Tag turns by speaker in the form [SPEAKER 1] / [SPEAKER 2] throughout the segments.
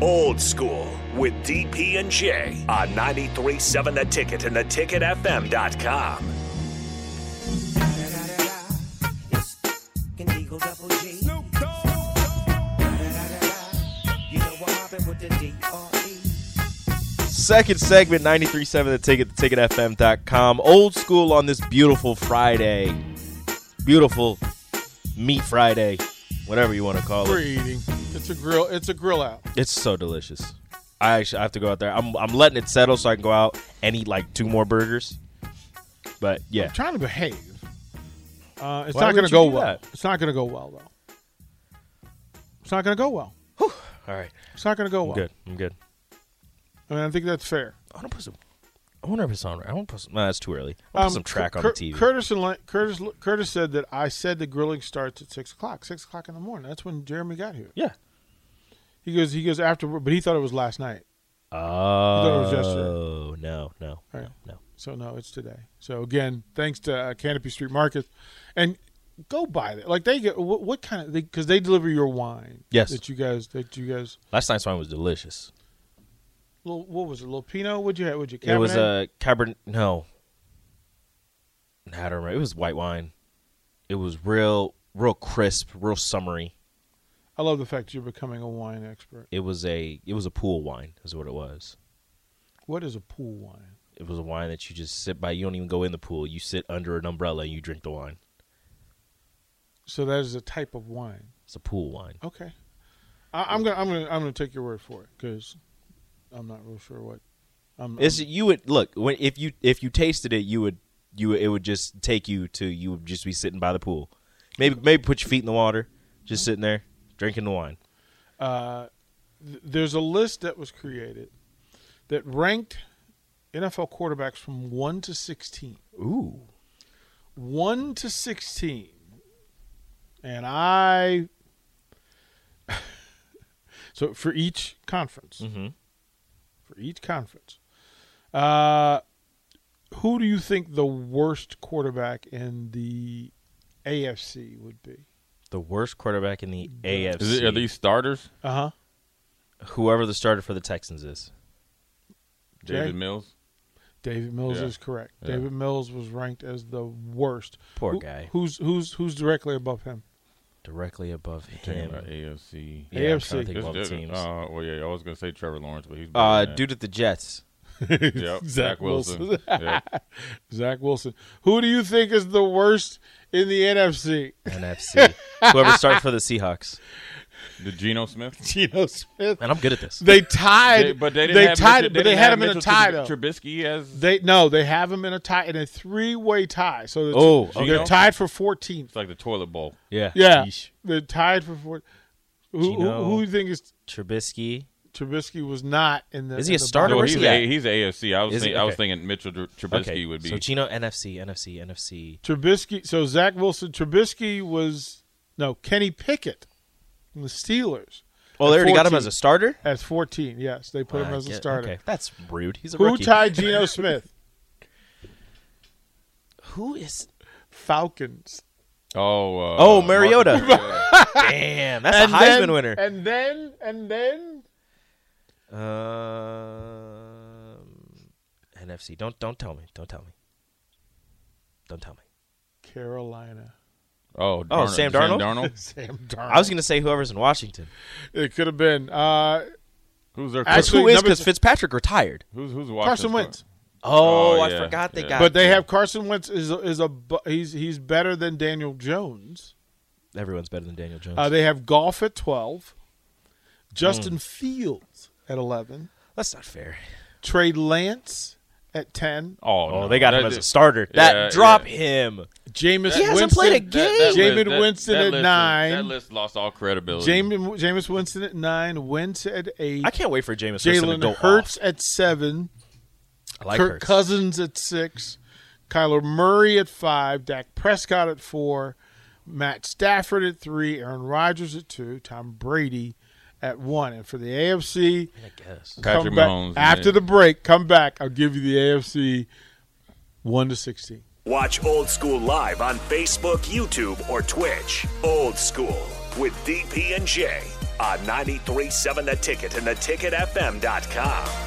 [SPEAKER 1] Old School with DP and J on 93.7 The Ticket and theticketfm.com.
[SPEAKER 2] Indigo Double G. Da-da-da-da. You know I'm mobbing with the E? D.R.E..
[SPEAKER 3] Second segment, 93.7 The Ticket, theticketfm.com. Old school on this beautiful Friday. Beautiful meat Friday, whatever you want to call
[SPEAKER 4] We're
[SPEAKER 3] it.
[SPEAKER 4] eating. It's a grill. It's a grill out.
[SPEAKER 3] It's so delicious. I actually I have to go out there. I'm, I'm letting it settle so I can go out and eat like two more burgers. But yeah,
[SPEAKER 4] I'm trying to behave. Uh, it's
[SPEAKER 3] Why
[SPEAKER 4] not
[SPEAKER 3] would
[SPEAKER 4] going to
[SPEAKER 3] you
[SPEAKER 4] go
[SPEAKER 3] do
[SPEAKER 4] well.
[SPEAKER 3] that?
[SPEAKER 4] It's not going to go well though. It's not going to go well.
[SPEAKER 3] all right.
[SPEAKER 4] It's not going to go well.
[SPEAKER 3] I'm good. I'm good.
[SPEAKER 4] I mean, I think that's fair.
[SPEAKER 3] I want to put some. I wonder if it's on. I want to put some. No, that's too early. I want to
[SPEAKER 4] Um,
[SPEAKER 3] put some track on
[SPEAKER 4] Cur-
[SPEAKER 3] the TV.
[SPEAKER 4] Curtis and Lan- Curtis Curtis said that I said the grilling starts at six o'clock. Six o'clock in the morning. That's when Jeremy got here.
[SPEAKER 3] yeah.
[SPEAKER 4] He goes. He goes after, but he thought it was last night. it was yesterday.
[SPEAKER 3] Oh no no
[SPEAKER 4] All right.
[SPEAKER 3] no no.
[SPEAKER 4] So no, it's today. So again, thanks to uh, Canopy Street Market, and go buy that. Like they get what, what kind of because they, deliver your wine.
[SPEAKER 3] Yes.
[SPEAKER 4] That you guys. That you guys.
[SPEAKER 3] Last night's wine was delicious.
[SPEAKER 4] Little, what was it? Little Pinot? What'd you have? What'd you?
[SPEAKER 3] It was uh,
[SPEAKER 4] Cabernet?
[SPEAKER 3] a Cabernet. No, I don't remember. It was white wine. It was real, real crisp, real summery.
[SPEAKER 4] I love the fact you're becoming a wine expert.
[SPEAKER 3] It was a, it was a pool wine, is what it was.
[SPEAKER 4] What is a pool wine?
[SPEAKER 3] It was a wine that you just sit by. You don't even go in the pool. You sit under an umbrella and you drink the wine.
[SPEAKER 4] So that is a type of wine.
[SPEAKER 3] It's a pool wine.
[SPEAKER 4] Okay. I, I'm gonna I'm gonna I'm gonna take your word for it because I'm not real sure what. I'm,
[SPEAKER 3] It's
[SPEAKER 4] I'm-
[SPEAKER 3] you would look when if you if you tasted it, you would you would- it would just take you to you would just be sitting by the pool, maybe maybe put your feet in the water, just sitting there drinking the wine.
[SPEAKER 4] uh, th- there's a list that was created that ranked NFL quarterbacks from one to sixteen.
[SPEAKER 3] Ooh,
[SPEAKER 4] One to sixteen, and I. so for each conference,
[SPEAKER 3] Mhm.
[SPEAKER 4] for each conference, uh, who do you think the worst quarterback in the AFC would be?
[SPEAKER 3] the worst quarterback in the AFC.
[SPEAKER 5] Is it, are these starters?
[SPEAKER 4] Uh huh.
[SPEAKER 3] whoever the starter for the Texans is?
[SPEAKER 4] Jay?
[SPEAKER 5] David Mills.
[SPEAKER 4] David Mills
[SPEAKER 5] Yeah.
[SPEAKER 4] is correct.
[SPEAKER 5] Yeah.
[SPEAKER 4] David Mills was ranked as the worst.
[SPEAKER 3] Poor
[SPEAKER 4] Who-
[SPEAKER 3] guy.
[SPEAKER 4] Who's who's who's directly above him?
[SPEAKER 3] Directly above him.
[SPEAKER 5] Talking about AFC.
[SPEAKER 3] Yeah, I'm
[SPEAKER 4] AFC.
[SPEAKER 3] trying to think of all the
[SPEAKER 5] This- this-
[SPEAKER 3] teams.
[SPEAKER 4] Oh,
[SPEAKER 5] Uh, well, yeah, I was gonna say Trevor Lawrence, but he's
[SPEAKER 3] Uh,
[SPEAKER 5] better than
[SPEAKER 3] dude at the Jets.
[SPEAKER 5] that. Yep, Zach Wilson. yeah.
[SPEAKER 4] Zach Wilson. Who do you think is the worst in the NFC?
[SPEAKER 3] NFC. Whoever started for the Seahawks.
[SPEAKER 5] The Geno Smith.
[SPEAKER 4] Geno Smith.
[SPEAKER 3] And I'm good at this.
[SPEAKER 4] They tied.
[SPEAKER 5] They- but they didn't have
[SPEAKER 4] tied.
[SPEAKER 5] Mitchell-
[SPEAKER 4] but they
[SPEAKER 5] didn't
[SPEAKER 4] had
[SPEAKER 5] have
[SPEAKER 4] him in a
[SPEAKER 5] Mitchell
[SPEAKER 4] tie
[SPEAKER 5] Trub-
[SPEAKER 4] though.
[SPEAKER 5] Trubisky as
[SPEAKER 4] They no, they have him in a tie in a three-way tie. So it's-
[SPEAKER 3] Oh,
[SPEAKER 4] so
[SPEAKER 3] okay.
[SPEAKER 4] they're tied for 14th.
[SPEAKER 5] it's like the toilet bowl.
[SPEAKER 3] Yeah.
[SPEAKER 4] Yeah,
[SPEAKER 3] Yeesh.
[SPEAKER 4] they're tied for 14th. Who, who,
[SPEAKER 3] Geno.
[SPEAKER 4] who do you think is
[SPEAKER 3] Trubisky.
[SPEAKER 4] Trubisky was not in the?
[SPEAKER 3] Is he
[SPEAKER 4] in
[SPEAKER 3] a
[SPEAKER 4] the
[SPEAKER 3] starter?
[SPEAKER 5] No,
[SPEAKER 3] Where's
[SPEAKER 5] he's
[SPEAKER 3] he
[SPEAKER 5] a,
[SPEAKER 3] at?
[SPEAKER 5] he's AFC. I was
[SPEAKER 3] Is he?
[SPEAKER 5] thinking, I was
[SPEAKER 3] Okay.
[SPEAKER 5] thinking Mitchell Tr- Trubisky
[SPEAKER 3] okay.
[SPEAKER 5] would be.
[SPEAKER 3] So Chino NFC, NFC, NFC.
[SPEAKER 4] Trubisky. So Zach Wilson, Trubisky was no Kenny Pickett from the Steelers
[SPEAKER 3] Oh, they already got him
[SPEAKER 4] 14.
[SPEAKER 3] as a starter?
[SPEAKER 4] at 14. Yes, they put him
[SPEAKER 3] Uh,
[SPEAKER 4] as a
[SPEAKER 3] get-
[SPEAKER 4] starter.
[SPEAKER 3] Okay. That's rude. He's a
[SPEAKER 4] Who
[SPEAKER 3] rookie.
[SPEAKER 4] tied Geno Smith?
[SPEAKER 3] Who is
[SPEAKER 4] Falcons.
[SPEAKER 5] oh, uh,
[SPEAKER 3] Oh,
[SPEAKER 5] Marcus
[SPEAKER 3] Mariota.
[SPEAKER 5] Mariota.
[SPEAKER 3] Damn, that's a Heisman
[SPEAKER 4] then,
[SPEAKER 3] winner.
[SPEAKER 4] And then and then
[SPEAKER 3] um, NFC. Don't don't tell me. Don't tell me. Don't tell me.
[SPEAKER 4] Carolina.
[SPEAKER 5] oh,
[SPEAKER 3] Oh,
[SPEAKER 5] Darnold.
[SPEAKER 3] Sam
[SPEAKER 5] Sam
[SPEAKER 3] Darnold?
[SPEAKER 5] Darnold.
[SPEAKER 4] Sam Darnold.
[SPEAKER 3] I was gonna say whoever's in Washington.
[SPEAKER 4] it could have been uh,
[SPEAKER 5] Who's their?
[SPEAKER 3] That's
[SPEAKER 5] coach?
[SPEAKER 4] Actually,
[SPEAKER 3] who is
[SPEAKER 4] number
[SPEAKER 3] because
[SPEAKER 4] two-
[SPEAKER 3] Fitzpatrick retired.
[SPEAKER 5] Who's who's
[SPEAKER 4] Carson
[SPEAKER 5] Washington's
[SPEAKER 4] Wentz.
[SPEAKER 3] Oh,
[SPEAKER 5] Oh,
[SPEAKER 3] I
[SPEAKER 5] yeah,
[SPEAKER 3] forgot they
[SPEAKER 5] yeah.
[SPEAKER 3] got.
[SPEAKER 4] But they have Carson Wentz is a, is a bu- he's he's better than Daniel Jones.
[SPEAKER 3] everyone's better than Daniel Jones.
[SPEAKER 4] Uh, they have golf at 12. Justin
[SPEAKER 3] Mm.
[SPEAKER 4] Fields at 11.
[SPEAKER 3] that's not fair.
[SPEAKER 4] Trey Lance at 10.
[SPEAKER 5] Oh,
[SPEAKER 3] Oh,
[SPEAKER 5] no.
[SPEAKER 3] they got him
[SPEAKER 5] That-
[SPEAKER 3] as a starter.
[SPEAKER 5] yeah,
[SPEAKER 3] That drop
[SPEAKER 5] yeah.
[SPEAKER 3] him.
[SPEAKER 4] Jameis
[SPEAKER 3] He hasn't
[SPEAKER 4] Winston.
[SPEAKER 3] played a
[SPEAKER 5] that-
[SPEAKER 3] game.
[SPEAKER 5] that
[SPEAKER 4] Jameis
[SPEAKER 5] list- that-
[SPEAKER 4] Winston
[SPEAKER 5] that
[SPEAKER 4] at
[SPEAKER 5] list is-
[SPEAKER 4] nine.
[SPEAKER 5] That list lost all credibility.
[SPEAKER 4] Jameis, Jameis Winston at 9. Wentz at 8.
[SPEAKER 3] I can't wait for Jameis Winston to go
[SPEAKER 4] Jalen Hurts
[SPEAKER 3] off.
[SPEAKER 4] at 7.
[SPEAKER 3] I like
[SPEAKER 4] Kirk
[SPEAKER 3] Hurts.
[SPEAKER 4] Cousins at 6. Kyler Murray at 5. Dak Prescott at 4. Matt Stafford at 3. Aaron Rodgers at 2. Tom Brady at 1. And for the AFC,
[SPEAKER 3] I guess.
[SPEAKER 5] Patrick
[SPEAKER 4] come back-
[SPEAKER 5] Mahomes,
[SPEAKER 4] after
[SPEAKER 5] man.
[SPEAKER 4] the break, come back. I'll give you the AFC one to sixteen.
[SPEAKER 1] Watch Old School live on Facebook, YouTube, or Twitch. Old School with DP and J on 93.7 The Ticket and theticketfm.com.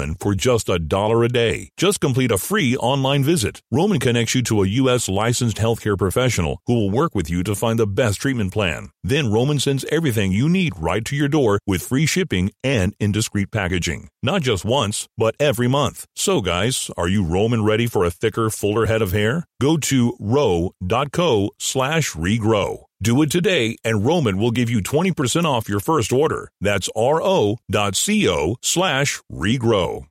[SPEAKER 6] for just a dollar a day. Just complete a free online visit. Roman connects you to a U.S. licensed healthcare professional who will work with you to find the best treatment plan. Then Roman sends everything you need right to your door with free shipping and indiscreet packaging. Not just once, but every month. So, guys, are you Roman ready for a thicker, fuller head of hair? Go to row.co slash regrow. Do it today, and Roman will give you 20% off your first order. That's ro.co slash regrow.